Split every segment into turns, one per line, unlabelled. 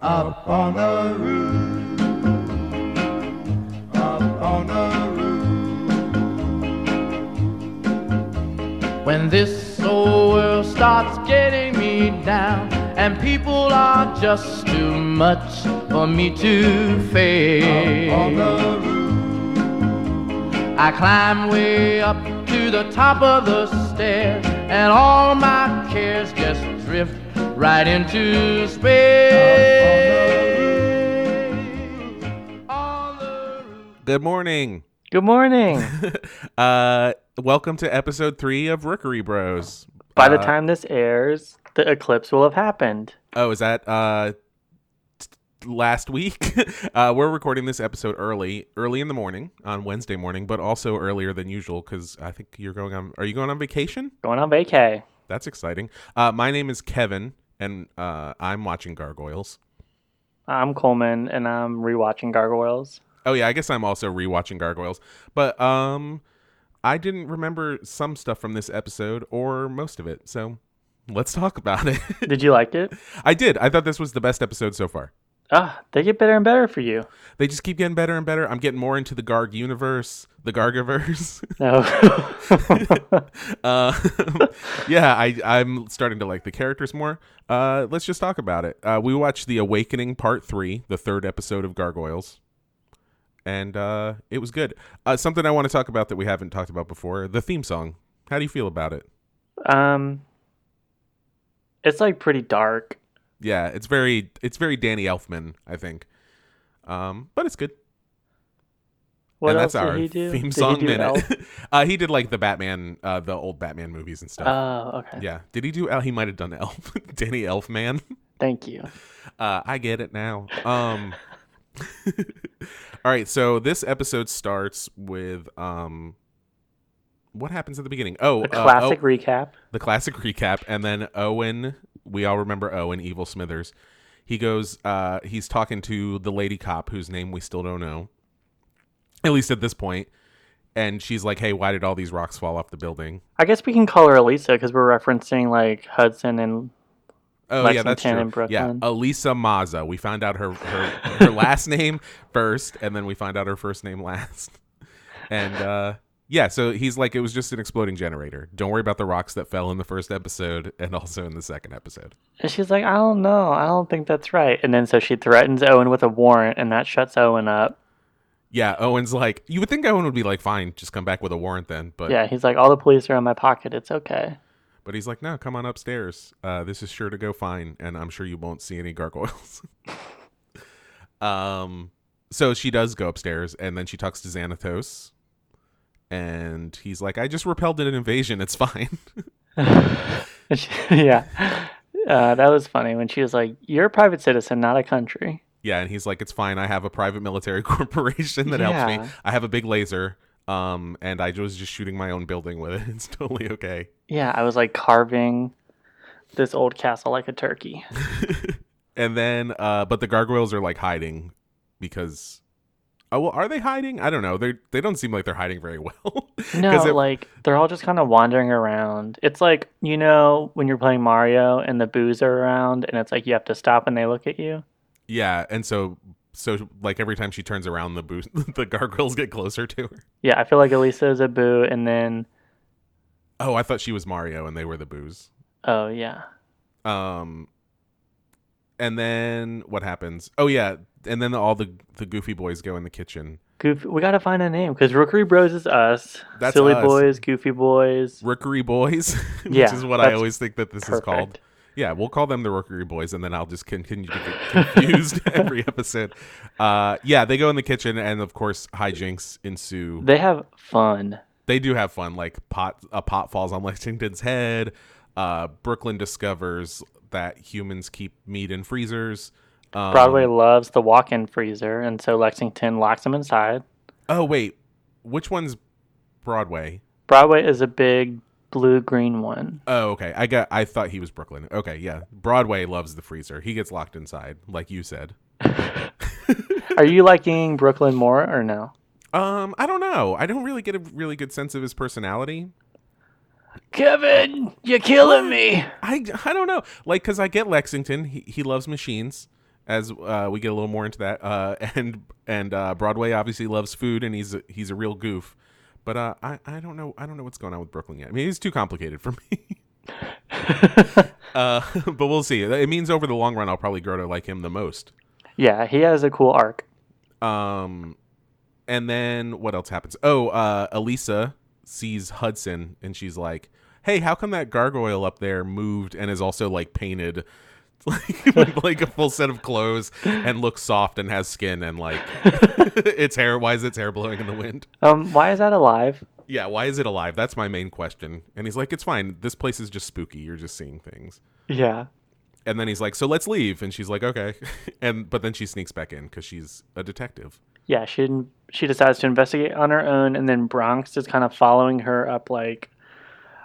Up on the roof. Up on the roof. When this old world starts getting me down, and people are just too much for me to face. Up on the roof. I climb way up to the top of the stairs, and all my cares just drift right into space. On the roof.
Good morning.
Good morning.
Uh, welcome to episode three of Rookery Bros.
By the
Uh,
time this airs, the eclipse will have happened.
Oh, is that uh t- last week? uh, we're recording this episode early, early in the morning on Wednesday morning, but also earlier than usual because I think you're going on. Are you going on vacation?
Going on vacay.
That's exciting. Uh, my name is Kevin, and uh, I'm watching Gargoyles.
I'm Coleman, and I'm rewatching Gargoyles.
Oh yeah, I guess I'm also rewatching Gargoyles, but um, I didn't remember some stuff from this episode or most of it, so let's talk about it.
Did you like it?
I did. I thought this was the best episode so far.
Ah, they get better and better for you.
They just keep getting better and better. I'm getting more into the Garg universe, the Gargiverse.
No.
uh, yeah, I, I'm starting to like the characters more. Uh, let's just talk about it. Uh, we watched The Awakening Part 3, the third episode of Gargoyles. And uh, it was good. Uh, something I want to talk about that we haven't talked about before the theme song. How do you feel about it?
um, it's like pretty dark.
Yeah, it's very it's very Danny Elfman, I think. Um, but it's good.
What
and
else
that's our
did he do?
theme
Did
song
he do
minute. uh, he did like the Batman, uh, the old Batman movies and
Elf?
stuff.
Oh, okay.
yeah, did he do? El- he might have done Elf, Danny Elfman.
Thank you.
Uh, I get it now. Um, all right, so this episode starts with um, what happens at the beginning? Oh,
A
uh,
classic
oh,
recap.
the classic recap, and then Owen. We all remember Owen, Evil Smithers. He goes. Uh, he's talking to the lady cop, whose name we still don't know, at least at this point. And she's like, "Hey, why did all these rocks fall off the building?"
I guess we can call her Elisa because we're referencing like Hudson and
Oh yeah, that's true.
Lexington and
Yeah,
Brooklyn.
Elisa Mazza. We found out her her, her last name first, and then we find out her first name last. And uh, yeah, so he's like, it was just an exploding generator. Don't worry about the rocks that fell in the first episode, and also in the second episode.
And she's like, I don't know. I don't think that's right. And then so she threatens Owen with a warrant, and that shuts Owen up.
Yeah, Owen's like, you would think Owen would be like, fine, just come back with a warrant then, but
Yeah, he's like, all the police are in my pocket. It's okay.
but he's like, no, come on upstairs. Uh, this is sure to go fine, and I'm sure you won't see any gargoyles. um, so she does go upstairs, and then she talks to Xanathos, and he's like, I just repelled an invasion. It's fine.
yeah. Uh, that was funny when she was like, You're a private citizen, not a country.
yeah, and he's like, it's fine. I have a private military corporation that helps me.
Yeah.
I have a big laser, um, and I was just shooting my own building with it. It's totally okay.
Yeah, I was like carving this old castle like a turkey.
And then, uh, but the gargoyles are like hiding because, oh well, are they hiding? I don't know. They they don't seem like they're hiding very well. 'Cause
No,
it-
like they're all just kind of wandering around. It's like, you know, when you're playing Mario and the boos are around and it's like you have to stop and they look at you.
yeah, and so so like every time she turns around, the boost, the gargoyles get closer to her.
Yeah, I feel like Elisa is a boo and then,
Oh, I thought she was Mario, and they were the boos.
oh, yeah.
Um, and then what happens? Oh yeah, and then all the the goofy boys go in the kitchen.
Goofy, we gotta find a name because Rookery Bros is us.
That's
Silly
us.
Boys, Goofy Boys.
Rookery boys, which
Yeah,
is what I
that's
always think that this is called.
Perfect.
Yeah, we'll call them the Rookery Boys, and then I'll just continue to get confused every episode. Uh, yeah, they go in the kitchen, and of course, hijinks ensue.
They have fun.
They do have fun. Like pot, a pot falls on Lexington's head. Uh, Brooklyn discovers that humans keep meat in freezers. Um,
Broadway loves the walk-in freezer, and so Lexington locks him inside.
Oh wait, which one's Broadway?
Broadway is a big blue-green one.
Oh, okay. I got. I thought he was Brooklyn. Okay, yeah. Broadway loves the freezer. He gets locked inside, like you said.
Are you liking Brooklyn more or no?
Um, I don't know. I don't really get a really good sense of his personality.
Kevin, you're killing me.
I, I don't know. Like, because I get Lexington. He, he loves machines. as uh, we get a little more into that. Uh, and and uh, Broadway obviously loves food, and he's a, he's a real goof. But uh, I I don't know I don't know what's going on with Brooklyn yet. I mean, he's too complicated for me. uh, but we'll see. It means over the long run, I'll probably grow to like him the most.
Yeah, he has a cool arc.
Um, and then what else happens? Oh, uh, Elisa sees Hudson and she's like, "Hey, how come that gargoyle up there moved and is also like painted, like with, like a full set of clothes and looks soft and has skin and like its hair? Why is its hair blowing in the wind?
Um, why is that alive?
Yeah, why is it alive? That's my main question." And he's like, "It's fine. This place is just spooky. You're just seeing things."
Yeah.
And then he's like, "So let's leave." And she's like, "Okay," and but then she sneaks back in because she's a detective.
Yeah, she didn't, she decides to investigate on her own, and then Bronx is kind of following her up like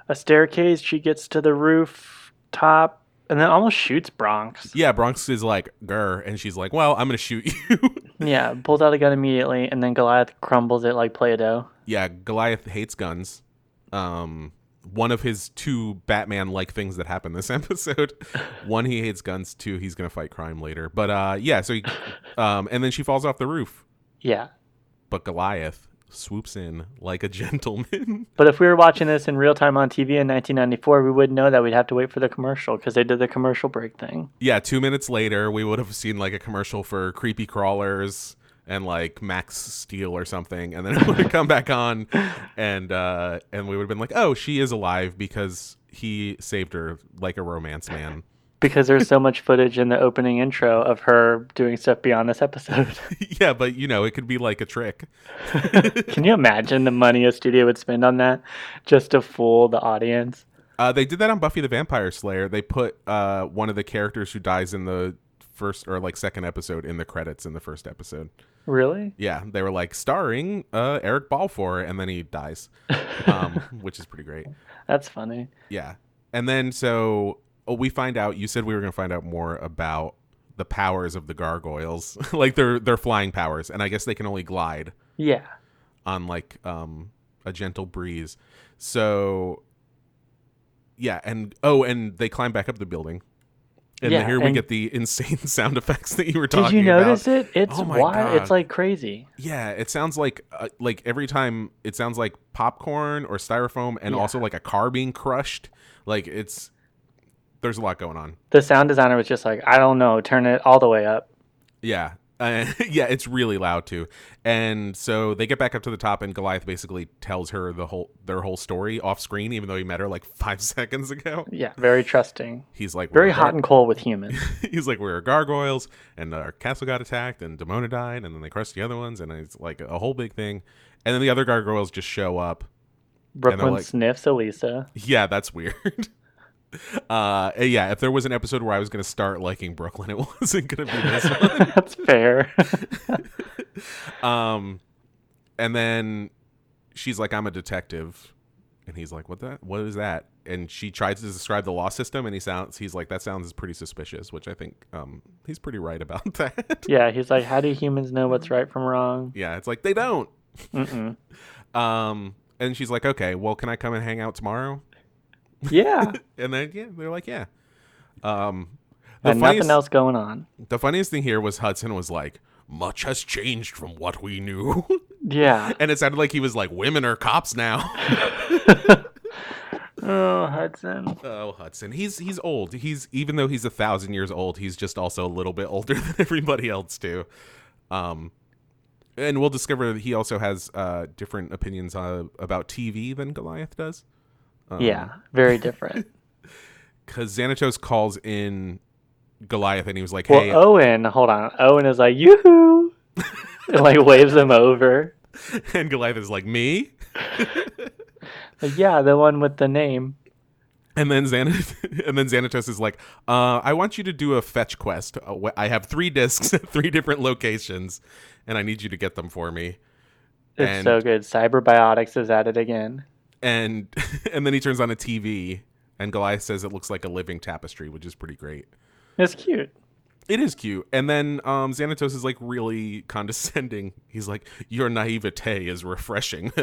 a staircase. She gets to the roof top, and then almost shoots Bronx.
Yeah, Bronx is like, "Grr," and she's like, "Well, I'm gonna shoot you."
Yeah, pulls out a gun immediately, and then Goliath crumbles it like Play-Doh.
yeah, Goliath hates guns. Um, one of his two Batman-like things that happened this episode. one, he hates guns. Two, he's gonna fight crime later. But uh, yeah, so he, um, and then she falls off the roof,
Yeah.
but Goliath swoops in like a gentleman.
But if we were watching this in real time on TV in 1994, we wouldn't know that. We'd have to wait for the commercial because they did the commercial break thing.
yeah, two minutes later, we would have seen like a commercial for creepy crawlers and like Max Steel or something, and then it would have come back on, and uh, and we would have been like, oh, she is alive because he saved her like a romance man.
Because there's so much footage in the opening intro of her doing stuff beyond this episode.
yeah, but you know, it could be like a trick.
Can you imagine the money a studio would spend on that just to fool the audience?
Uh, they did that on Buffy the Vampire Slayer. They put uh, one of the characters who dies in the first or like second episode in the credits in the first episode.
Really?
Yeah, they were like starring uh, Eric Balfour, and then he dies, um, which is pretty great.
That's funny.
Yeah, and then so oh, we find out. You said we were going to find out more about the powers of the gargoyles, like their their flying powers, and I guess they can only glide.
Yeah.
on like um a gentle breeze. So yeah, and oh, and they climb back up the building. And
Yeah,
here we
and-
get the insane sound effects that you were
Did
talking
you notice
about.
it? It's
Oh my
wild.
God.
It's like crazy.
Yeah, it sounds like uh, like every time it sounds like popcorn or styrofoam and
Yeah.
also like a car being crushed. Like it's there's a lot going on.
The sound designer was just like, I don't know, turn it all the way up.
Yeah. Uh, yeah, it's really loud too. And so they get back up to the top and Goliath basically tells her the whole their whole story off screen even though he met her like 5 seconds ago.
Yeah. Very trusting.
He's like
Very
"We're
hot and cold with humans.
gar- He's like we were gargoyles, and our castle got attacked, and Demona died, and then they crushed the other ones, and it's like a whole big thing. And then the other gargoyles just show up.
Brooklyn
like-
sniffs Elisa.
Yeah, that's weird. Uh, yeah, if there was an episode where I was gonna start liking Brooklyn, it wasn't gonna be this one.
That's fair.
Um, and then she's like, "I'm a detective," and he's like, "What that? What is that?" And she tries to describe the law system, and he sounds he's like, "That sounds pretty suspicious," which I think um he's pretty right about that.
yeah, he's like, how do humans know what's right from wrong?
yeah, it's like they don't.
Mm-mm.
Um, and she's like, "Okay, well, can I come and hang out tomorrow?"
Yeah,
And then yeah, they're like, "Yeah." Um, the
and
funniest,
nothing else going on.
the funniest thing here was Hudson was like, "Much has changed from what we knew,"
Yeah.
and it sounded like he was like, "Women are cops now."
Oh, Hudson.
Oh, Hudson. He's he's old. He's even though he's a thousand years old, he's just also a little bit older than everybody else too. Um, and we'll discover that he also has uh, different opinions uh, about TV than Goliath does.
yeah, very different.
Because Xanatos calls in Goliath, and he was like,
Well, oh.
"Hey,
Owen, hold on. Owen is like, yoo-hoo, and like waves him over.
and Goliath is like me."
Like, yeah, the one with the name.
And then Xanatos, and then Xanatos is like, uh, "I want you to do a fetch quest. Uh, wh- I have three discs at three different locations, and I need you to get them for me."
It's
And-
so good. Cyberbiotics is at it again.
and and then he turns on a TV and Goliath says it looks like a living tapestry, which is pretty great.
It's cute.
It is cute. And then um Xanatos is like really condescending. He's like, Your naivete is refreshing.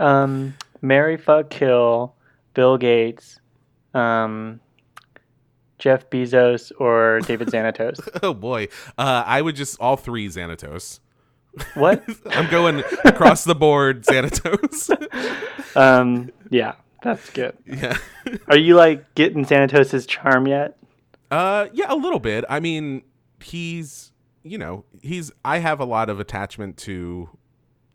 Um, Mary fuck kill Bill Gates. Um, Jeff Bezos, or David Xanatos.
Oh boy, uh, I would just all three Xanatos.
what?
I'm going across the board Xanatos.
Um, yeah, that's good.
yeah.
Are you like getting Xanatos' charm yet?
Uh, yeah, a little bit. I mean, he's you know he's I have a lot of attachment to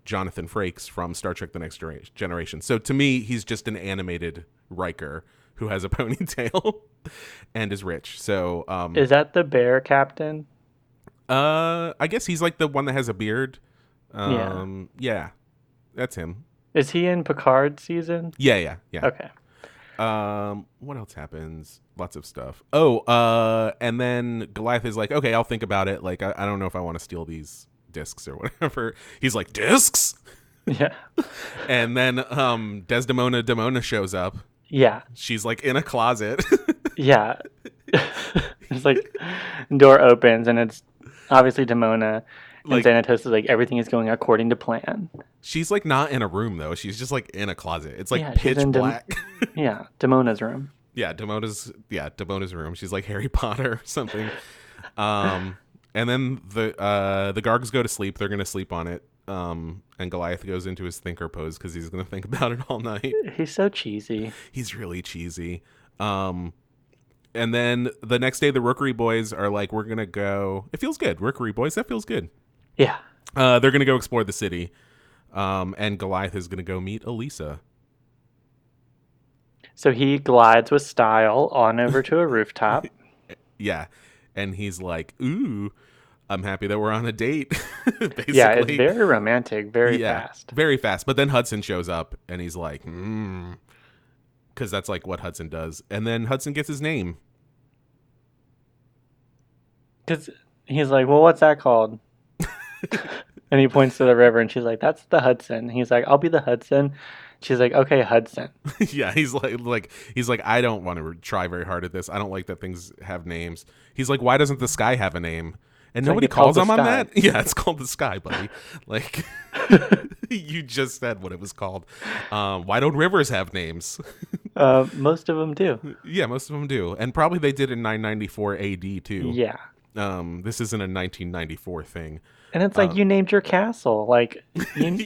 Jonathan Frakes from Star Trek: The Next Genera- Generation. So to me, he's just an animated Riker who has a ponytail and is rich. So um,
Is that the bear captain?
uh, I guess he's like the one that has a beard. Um, yeah, that's him.
Is he in Picard season?
Yeah, yeah, yeah.
Okay.
Um, what else happens? Lots of stuff. Oh, uh, and then Goliath is like, okay, I'll think about it. Like, I, I don't know if I want to steal these discs or whatever. He's like, discs?
Yeah.
And then, um, Desdemona Demona shows up.
Yeah.
She's like in a closet.
Yeah. it's like door opens and it's obviously Demona. And
Like-
Xanatos is like everything is going according to plan.
she's like not in a room though. She's just like in a closet. It's like
Yeah, she's
pitch
in Dem-
black.
Yeah, Demona's room.
yeah, Demona's yeah, Demona's room. She's like Harry Potter or something. Um, and then the uh, the Gargs go to sleep. They're gonna sleep on it. Um, and Goliath goes into his thinker pose because he's gonna think about it all night.
He's so cheesy.
He's really cheesy. Um, and then the next day, the Rookery boys are like, "We're gonna go." It feels good, Rookery boys. That feels good.
Yeah.
Uh, they're gonna go explore the city. Um, and Goliath is gonna go meet Elisa.
So he glides with style on over to a rooftop.
Yeah. And he's like, ooh, I'm happy that we're on a date. Basically.
yeah, it's very romantic, very
Yeah,
fast.
Very fast. But then Hudson shows up and he's like, hmm. Because that's like what Hudson does. And then Hudson gets his name.
Because he's like, well, what's that called? and he points to the river, and she's like, that's the Hudson. He's like, I'll be the Hudson. She's like, okay, Hudson.
yeah, he's like, like he's like, I don't want to re- try very hard at this. I don't like that things have names. He's like, why doesn't the sky have a name? And
It's like
nobody
it's
calls
called the
him on
sky.
that. Yeah, it's called the sky, buddy. like you just said what it was called. Um, why don't rivers have names?
Uh, most of them do.
Yeah, most of them do, and probably they did in 994 AD too.
Yeah.
Um, this isn't a 1994 thing.
And it's like,
Uh,
you named your castle. Like, you,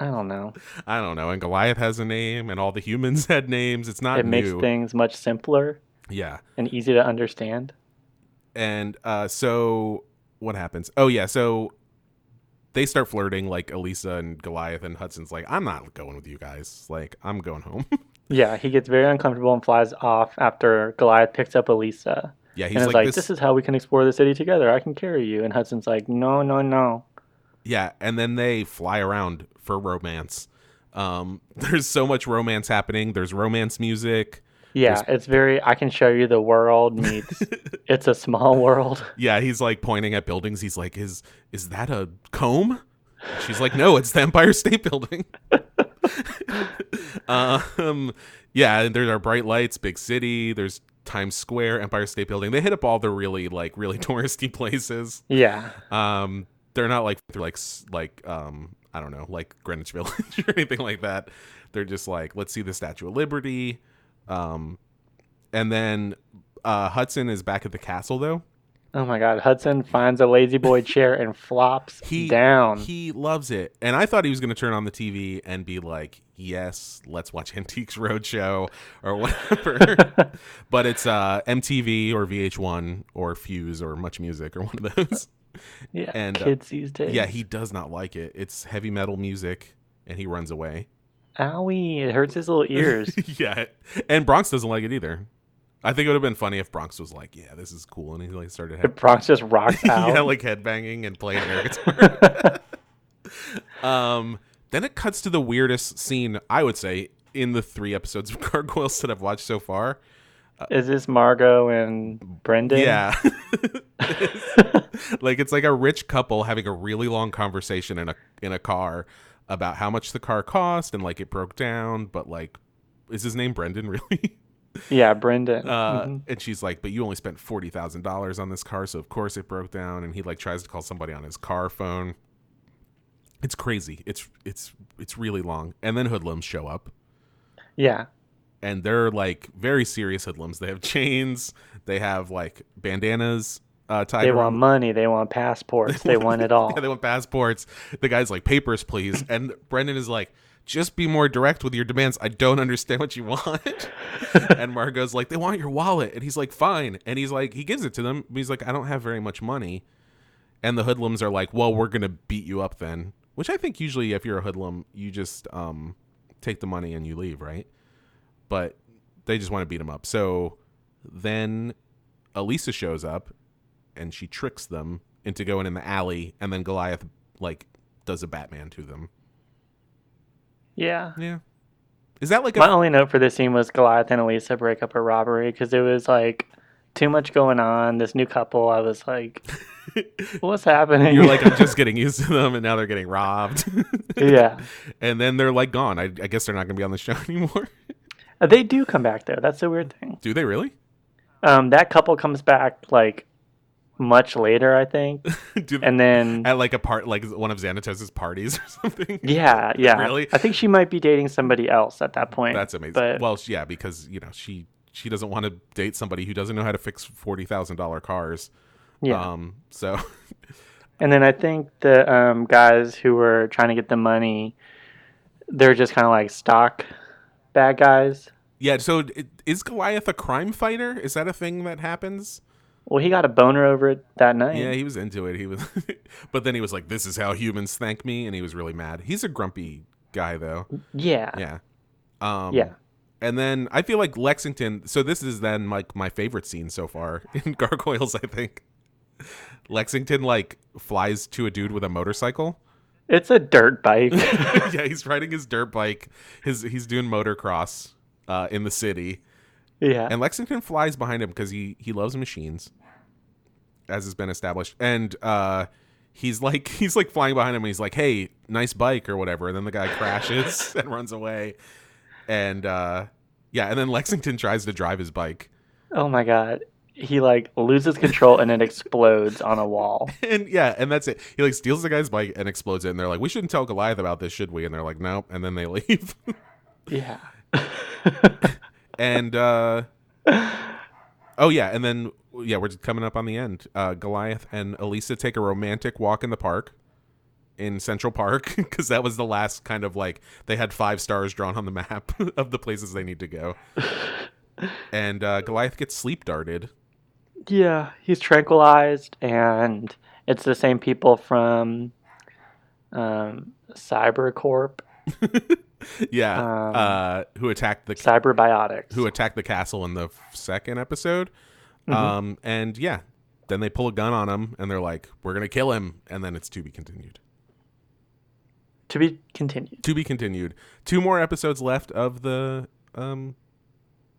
I don't know.
I don't know. And Goliath has a name, and all the humans had names. It's not
It makes
new.
things much simpler
yeah.
and easy to understand.
And uh, so what happens? Oh yeah, so they start flirting like Elisa and Goliath, and Hudson's like, "I'm not going with you guys. Like, I'm going home."
Yeah, he gets very uncomfortable and flies off after Goliath picks up Elisa.
yeah, he's
and
like,
is like,
this,
this is how we can explore the city together. I can carry you. And Hudson's like, no, no, no.
Yeah, and then they fly around for romance. Um, there's so much romance happening. There's romance music.
Yeah, it's very. I can show you the world meets. it's a small world.
Yeah, he's like pointing at buildings. He's like, "Is is that a comb?" She's like, "No, it's the Empire State Building." um, yeah, and there are bright lights, big city. There's Times Square, Empire State Building. They hit up all the really like really touristy places.
Yeah,
Um, they're not like they're like s- like um I don't know like Greenwich Village or anything like that. They're just like let's see the Statue of Liberty, um, and then uh, Hudson is back at the castle though.
Oh my God, Hudson finds a lazy boy chair and flops
He
down.
He loves it, and I thought he was going to turn on the TV and be like, "Yes, let's watch Antiques Roadshow or whatever," but it's uh, MTV or VH1 or Fuse or Much Music or one of those.
yeah,
and, uh,
kids these days.
Yeah, he does not like it. It's heavy metal music, and he runs away.
Owie, it hurts his little ears.
yeah, and Bronx doesn't like it either. I think it would have been funny if Bronx was like, "Yeah, this is cool," and he like started
the
head-
Bronx just rocks out.
yeah, like headbanging and playing air guitar. um, then it cuts to the weirdest scene I would say in the three episodes of Gargoyles that I've watched so far.
Is this Margot and Brendan?
Yeah. like it's like a rich couple having a really long conversation in a in a car about how much the car cost and like it broke down, but like is his name Brendan really?
yeah, Brendan.
Uh,
Mhm.
And she's like, "But you only spent forty thousand dollars on this car, so of course it broke down." And he like tries to call somebody on his car phone. It's crazy. It's it's it's really long. And then hoodlums show up.
Yeah,
and they're like very serious hoodlums. They have chains, they have like bandanas uh, tied.
They
around
want money. They want passports. They want it all.
yeah, they want passports. The guy's like, papers, please. And Brendan is like, just be more direct with your demands. I don't understand what you want. and Margot's like, they want your wallet. And he's like, fine. And he's like, he gives it to them. He's like, I don't have very much money. And the hoodlums are like, well, we're going to beat you up then. Which I think usually if you're a hoodlum, you just um, take the money and you leave, right? But they just want to beat him up. So then Elisa shows up and she tricks them into going in the alley and then Goliath like does a Batman to them.
Yeah.
Yeah. Is that like
My
a
only note for this scene was Goliath and Elisa break up a robbery because it was like too much going on. This new couple, I was like, what's happening?
you're like I'm just getting used to them and now they're getting robbed.
yeah.
and then they're like gone. I, I guess they're not going to be on the show anymore.
Uh, They do come back though. That's the weird thing.
Do they really?
Um, that couple comes back like much later, I think,
Do they,
and then
at like a part like one of Xanatos's parties or something.
yeah, yeah.
Really?
I think she might be dating somebody else at that point.
That's amazing.
But
well, sh- yeah, because you know, she she doesn't want to date somebody who doesn't know how to fix $40,000 cars.
yeah.
Um so
And then I think the um, guys who were trying to get the money, they're just kind of like stock bad guys.
yeah, so it, is Goliath a crime fighter? Is that a thing that happens?
Well, he got a boner over it that night.
Yeah, he was into it. He was, but then he was like, "This is how humans thank me," and he was really mad. He's a grumpy guy, though.
yeah.
Yeah. Um,
Mm, Yeah.
And then I feel like Lexington. So this is then like my favorite scene so far in Gargoyles. I think Lexington like flies to a dude with a motorcycle.
It's a dirt bike.
yeah, he's riding his dirt bike. His he's doing motocross uh, in the city.
yeah.
And Lexington flies behind him because he he loves machines, as has been established. And uh, he's like he's like flying behind him. and He's like, "Hey, nice bike" or whatever. And then the guy crashes and runs away. And uh, yeah, and then Lexington tries to drive his bike,
oh my God. He like loses control and it explodes on a wall.
and yeah, and that's it. He like steals the guy's bike and explodes it. And they're like, "We shouldn't tell Goliath about this, should we?" And they're like, "Nope." And then they leave.
Yeah.
and uh, oh yeah, and then yeah, we're just coming up on the end. Uh, Goliath and Elisa take a romantic walk in the park in Central Park because that was the last kind of like they had five stars drawn on the map of the places they need to go. and uh, Goliath gets sleep darted.
Yeah. He's tranquilized and it's the same people from um, Cybercorp,
Yeah,
Um,
uh, who attacked the
Cyberbiotics.
who attacked the castle in the second episode. Um, and yeah, then they pull a gun on him and they're like, "We're gonna kill him," and then it's to be continued.
to be continued.
to be continued. Two more episodes left of the um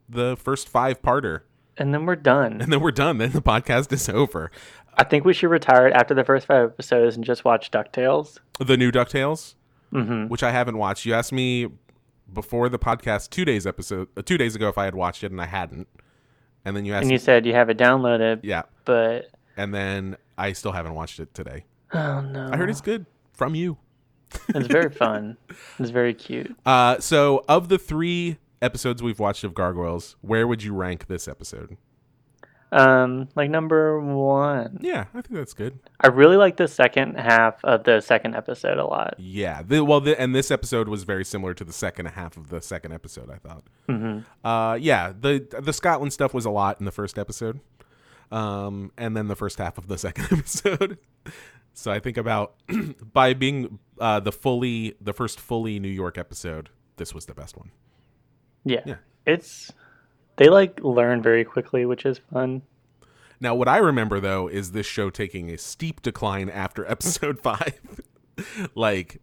the first five parter.
And then we're done.
And then we're done. Then the podcast is over.
I think we should retire it after the first five episodes and just watch DuckTales.
The new DuckTales,
Mm-hmm.
which I haven't watched. You asked me before the podcast two days episode uh, two days ago if I had watched it and I hadn't. And then you asked
And you said you have it downloaded,
Yeah.
but
And then I still haven't watched it today.
oh no.
I heard it's good from you.
It's very fun. It's very cute.
Uh so of the three episodes we've watched of Gargoyles, where would you rank this episode?
Um, like number one,
Yeah, I think that's good.
I really like the second half of the second episode a lot.
Yeah. The, well, the, and this episode was very similar to the second half of the second episode. I thought. Mm-hmm. Uh, yeah. the The Scotland stuff was a lot in the first episode, um, and then the first half of the second episode. so I think about by being uh, the fully the first fully New York episode, this was the best one.
Yeah.
Yeah.
it's they like learn very quickly, which is fun.
Now, what I remember though is this show taking a steep decline after episode five. like,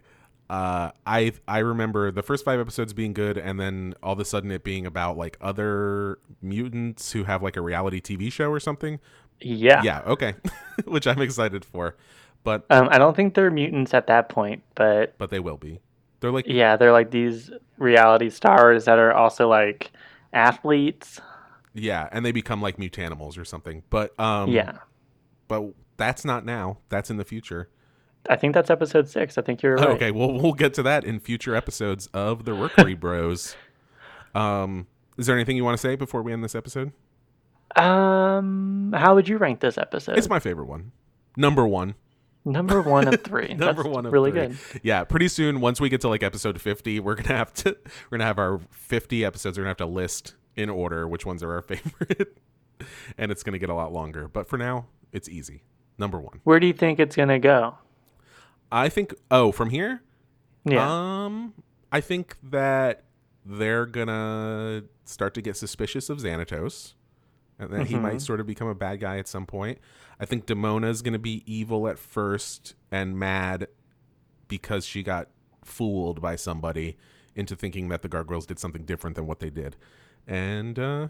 uh, I I remember the first five episodes being good, and then all of a sudden it being about like other mutants who have like a reality TV show or something.
Yeah,
Yeah, okay, which I'm excited for, but
Um, I don't think they're mutants at that point, but
but they will be. They're like
yeah, they're like these reality stars that are also like athletes.
yeah, and they become like mutanimals or something. But um
yeah,
but that's not now. That's in the future.
I think that's episode six. I think you're right.
Okay, well, we'll get to that in future episodes of the Rookery Bros. Um, Is there anything you want to say before we end this episode?
Um, how would you rank this episode?
It's my favorite one. Number one.
number one of three.
Number
That's
one of
really
three.
good.
Yeah, pretty soon once we get to like episode 50, we're going to have to we're going to have our 50 episodes we're going to have to list in order which ones are our favorite. and it's going to get a lot longer, but for now, it's easy. Number 1.
Where do you think it's gonna go?
I think oh, from here?
Yeah.
Um I think that they're going to start to get suspicious of Xanatos. And that he might sort of become a bad guy at some point. I think Demona's going to be evil at first and mad because she got fooled by somebody into thinking that the gargoyles did something different than what they did. And uh,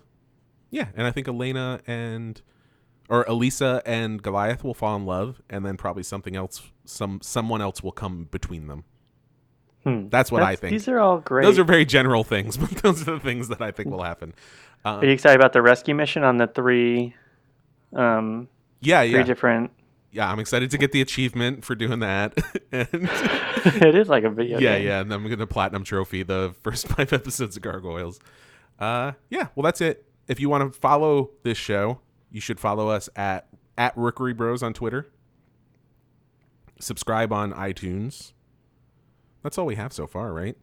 yeah, and I think Elena and or Elisa and Goliath will fall in love, and then probably something else, some someone else will come between them.
Hmm.
Um, That's what I
That's-
think.
These are all great.
those are very general things, but those are the things that I think will happen.
Are you excited about the rescue mission on the three, um,
Yeah,
three
yeah,
different?
yeah. I'm excited to get the achievement for doing that, and
it is like a video.
yeah,
game.
yeah. And I'm gonna platinum trophy the first five episodes of Gargoyles. Uh, yeah. Well, that's it. If you want to follow this show, you should follow us at at Rookery Bros on Twitter. Subscribe on iTunes. That's all we have so far, right?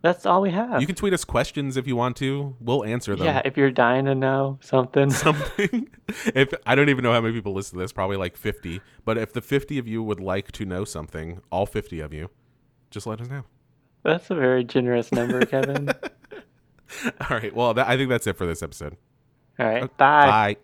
That's all we have.
You can tweet us questions if you want to. We'll answer them.
yeah, if you're dying to know something,
something. if I don't even know how many people listen to this, probably like 50. But if the 50 of you would like to know something, all 50 of you, just let us know.
that's a very generous number, Kevin.
All right. Well, that, I think that's it for this episode.
All right,
Bye.